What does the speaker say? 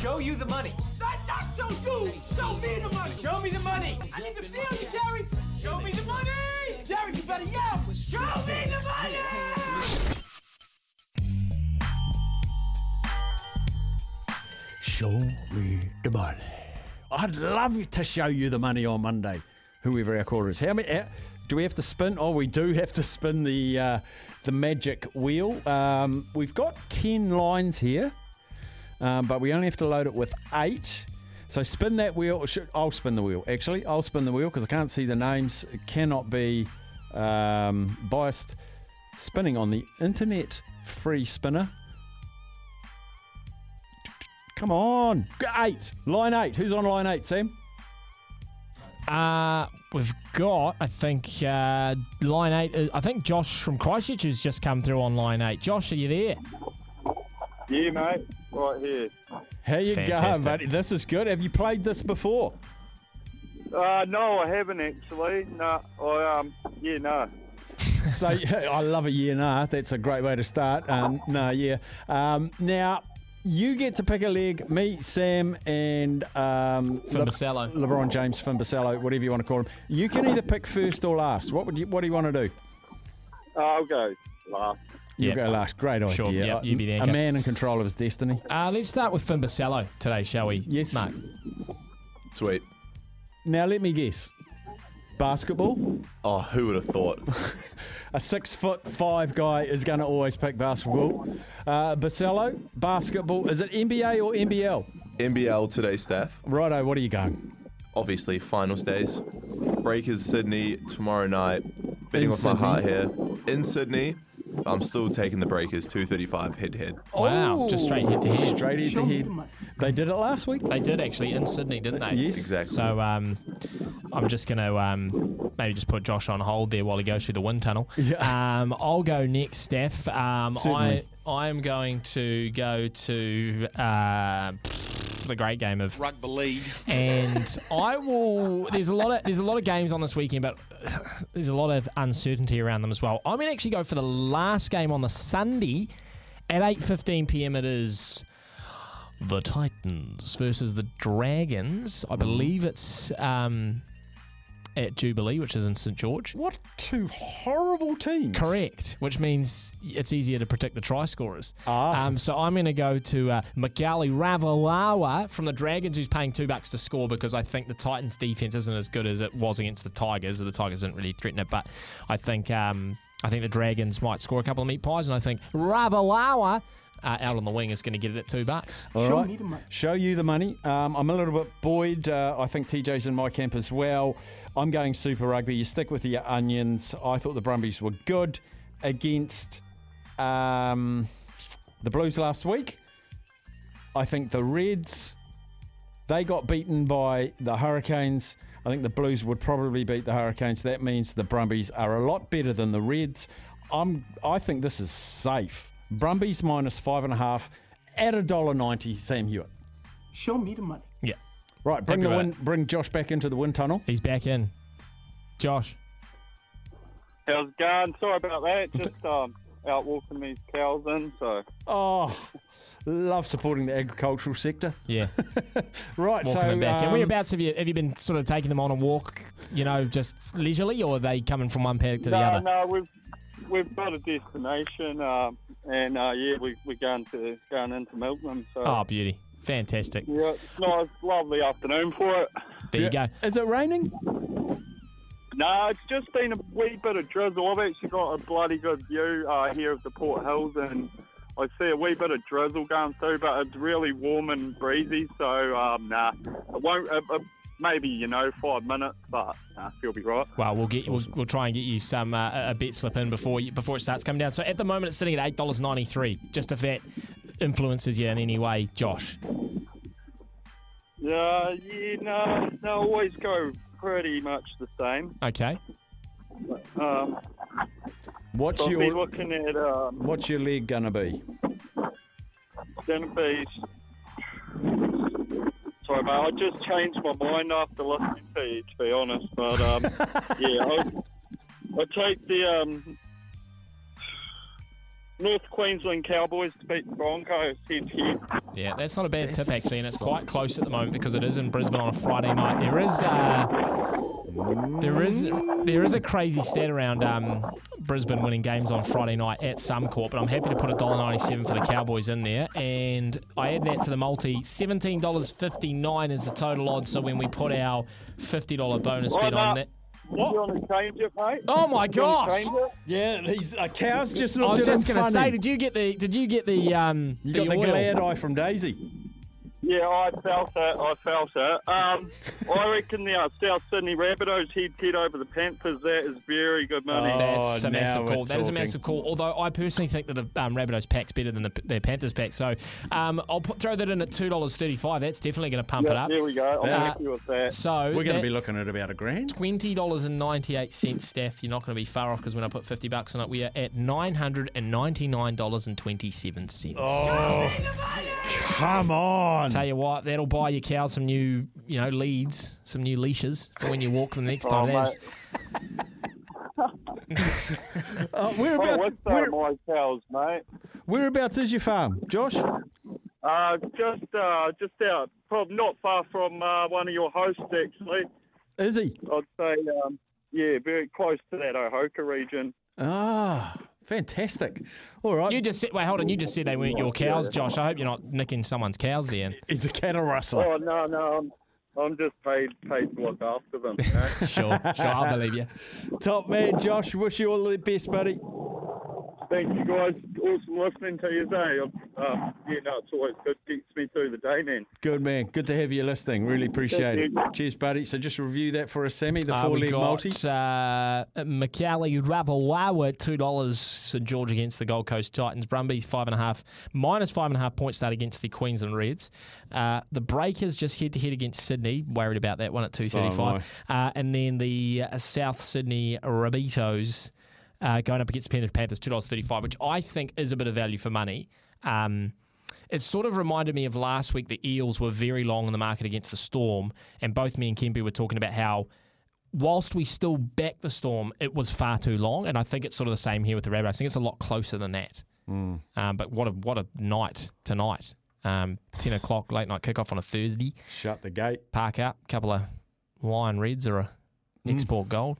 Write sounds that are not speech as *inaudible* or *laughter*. show you the money. Not, not show you. Show me the money. Show me the money. I need to feel you, Jerry. Show me the money. Jerry, you better yell. Show me the money. Show me the money. I'd love to show you the money on Monday, whoever our caller is. How many? How, do we have to spin? Oh, we do have to spin the uh, the magic wheel. Um, we've got ten lines here, um, but we only have to load it with eight. So spin that wheel. Should, I'll spin the wheel. Actually, I'll spin the wheel because I can't see the names. It cannot be um, biased. Spinning on the internet free spinner. Come on, eight. Line eight. Who's on line eight, Sam? Uh, we've got, I think, uh, line eight. uh, I think Josh from Christchurch has just come through on line eight. Josh, are you there? Yeah, mate. Right here. How you Fantastic. going, buddy? This is good. Have you played this before? Uh, no, I haven't actually. No, I um, yeah, no. So *laughs* yeah, I love a year nah. That's a great way to start. Um, no, yeah. Um, now you get to pick a leg. Me, Sam, and um, Finn Bacello. LeBron James, Finn Bacello, whatever you want to call him. You can either pick first or last. What would you? What do you want to do? Uh, I'll go last. You Yeah. go last. Great idea. Sure, yep, you be the a anchor. man in control of his destiny. Uh, let's start with Finn Bacello today, shall we? Yes. Mate. Sweet. Now let me guess. Basketball. Oh, who would have thought? A six foot five guy is going to always pick basketball. Uh, Bacello, basketball. Is it NBA or NBL? NBL today, Steph. Righto, what are you going? Obviously, finals days. Breakers Sydney tomorrow night. Bidding In off my heart here. In Sydney, I'm still taking the Breakers 235 head to head. Wow, just straight Oh. head to head. Straight head to head. They did it last week. They did actually in Sydney, didn't they? Yes. Exactly. So um, I'm just going to um, maybe just put Josh on hold there while he goes through the wind tunnel. Yeah. *laughs* Um, I'll go next, Steph. Um, I Certainly. I am going to go to uh, the great game of Rugby league. and I will. There's a lot of there's a lot of games on this weekend, but there's a lot of uncertainty around them as well. I'm gonna actually go for the last game on the Sunday at 8:15 p.m. It is the Titans versus the Dragons. I believe it's um, at Jubilee, which is in St George. What two horrible teams. Correct, which means it's easier to predict the try scorers. Ah. Um, so I'm going to go to uh, Magali Ravalawa from the Dragons, who's paying two bucks to score because I think the Titans' defense isn't as good as it was against the Tigers. The Tigers didn't really threaten it, but I think um, I think the Dragons might score a couple of meat pies, and I think Ravalawa. Uh, out on the wing is going to get it at two bucks. All Show right. me the money. Show you the money. Um, I'm a little bit buoyed. Uh, I think TJ's in my camp as well. I'm going super rugby. You stick with your onions. I thought the Brumbies were good against um, the Blues last week. I think the Reds, they got beaten by the Hurricanes. I think the Blues would probably beat the Hurricanes. That means the Brumbies are a lot better than the Reds. I'm, I think this is safe. Brumbies minus five and a half at a dollar ninety. Sam Hewitt. Show me the money. Yeah, Right, bring Happy the with wind, bring Josh back into the wind tunnel. he's back in. Josh, How's it going? Sorry *laughs* about that. Just um, out walking these cows in. So Oh, love supporting the agricultural sector. yeah, Right, walking so them back. in. um, whereabouts have you have you been sort of taking them on a walk? You know, just leisurely, or are they coming from one paddock to the no, other? no, we've we've got a destination. Um, and uh, yeah, we we're going to going into Milton. So Oh, beauty. Fantastic. yeah, it's nice, lovely afternoon for it. There you go. Is it raining? No, it's just been a wee bit of drizzle. I've actually got a bloody good view uh, here of the Port Hills, and I see a wee bit of drizzle going through, but it's really warm and breezy. So, um, nah, it won't. Uh, uh, maybe you know, five minutes, but nah, you'll be right. Well, we'll get we'll, we'll try and get you some uh, a- a bet slip in before you, before it starts coming down. So at the moment it's sitting at eight dollars ninety three. Just if that influences you in any way, Josh. Yeah, yeah, no, no, always go pretty much the same. Okay. Um, What's I'll be your looking at um, what's your leg gonna be? gonna be. Sorry, mate. I just changed my mind after listening to you, to be honest. But um, *laughs* yeah, I, I take the um, North Queensland Cowboys to beat the Broncos head to head. Yeah, that's not a bad tip actually, and it's quite close at the moment because it is in Brisbane on a Friday night. There is uh, there is there is a crazy stat around um, Brisbane winning games on Friday night at some court, but I'm happy to put a dollar ninety seven for the Cowboys in there, and I add that to the multi. Seventeen dollars fifty nine is the total odds. So when we put our fifty dollar bonus bet on that. You want to change it, mate? Oh my You wanna gosh! change it? Yeah, these uh, cows just I not was doing just going to funny. say, did you get the did you get the um you got the oil? glad eye from Daisy. Yeah, I felt it. I felt it. Um, I reckon the uh, South Sydney Rabbitohs head to head over the Panthers. That is very good money. Oh. That's a now massive we're call. That is a talking. massive call. Although I personally think that the um, Rabbitohs pack's better than the, their Panthers pack. So um, I'll put, throw that in at two dollars thirty-five. That's definitely going to pump Yeah, it there up. we go. I'm Uh, happy with that. So We're going that- to be looking at about a grand. Twenty dollars and ninety-eight cents, Steph. You're not going to be far off because when I put fifty bucks on it, we are at nine hundred and ninety-nine dollars and twenty-seven cents. Oh. Come on. Tell you what, that'll buy your cow some new, you know, leads, some new leashes for when you walk them next Oh, time. That's- Uh, Oh, whereabouts, what's where, that, my cows, mate? whereabouts is your farm, Josh? Uh, just, uh, just out, probably not far from uh, one of your hosts, actually. Is he? I'd say, um, yeah, very close to that Ohoka region. Ah, fantastic. All right. You just said, wait, hold on. You just said they weren't your cows, Josh. I hope you're not nicking someone's cows there. He's a cattle rustler. Oh no, no, I'm, I'm just paid paid to look after them. you *laughs* know? Sure, sure, I believe you. Top man, Josh. Wish you all the best, buddy. Thank you guys. Awesome listening to you today. Um, yeah, no, it's always good. Gets me through the day then. Good man. Good to have you listening. Really appreciate it. Thank you. Cheers, buddy. So just review that for us, Sammy. The Uh, four we leg got multi. uh, Macaulay Ravalawa at two dollars. St George against the Gold Coast Titans. Brumbies five and a half minus five and a half point start against the Queensland Reds. Uh, the Breakers just head to head against Sydney. Worried about that one at two thirty five. uh, and then the uh, South Sydney Rabbitohs uh, going up against Penrith Panthers two dollars thirty five, which I think is a bit of value for money. Um, it sort of reminded me of last week. The Eels were very long in the market against the Storm, and both me and Kempi were talking about how whilst we still backed the storm, it was far too long. And I think it's sort of the same here with the Rabbitohs. I think it's a lot closer than that. Um, but what a what a night tonight. Um, Ten o'clock late night kickoff on a Thursday. Shut the gate. Park up, couple of wine reds or a export gold.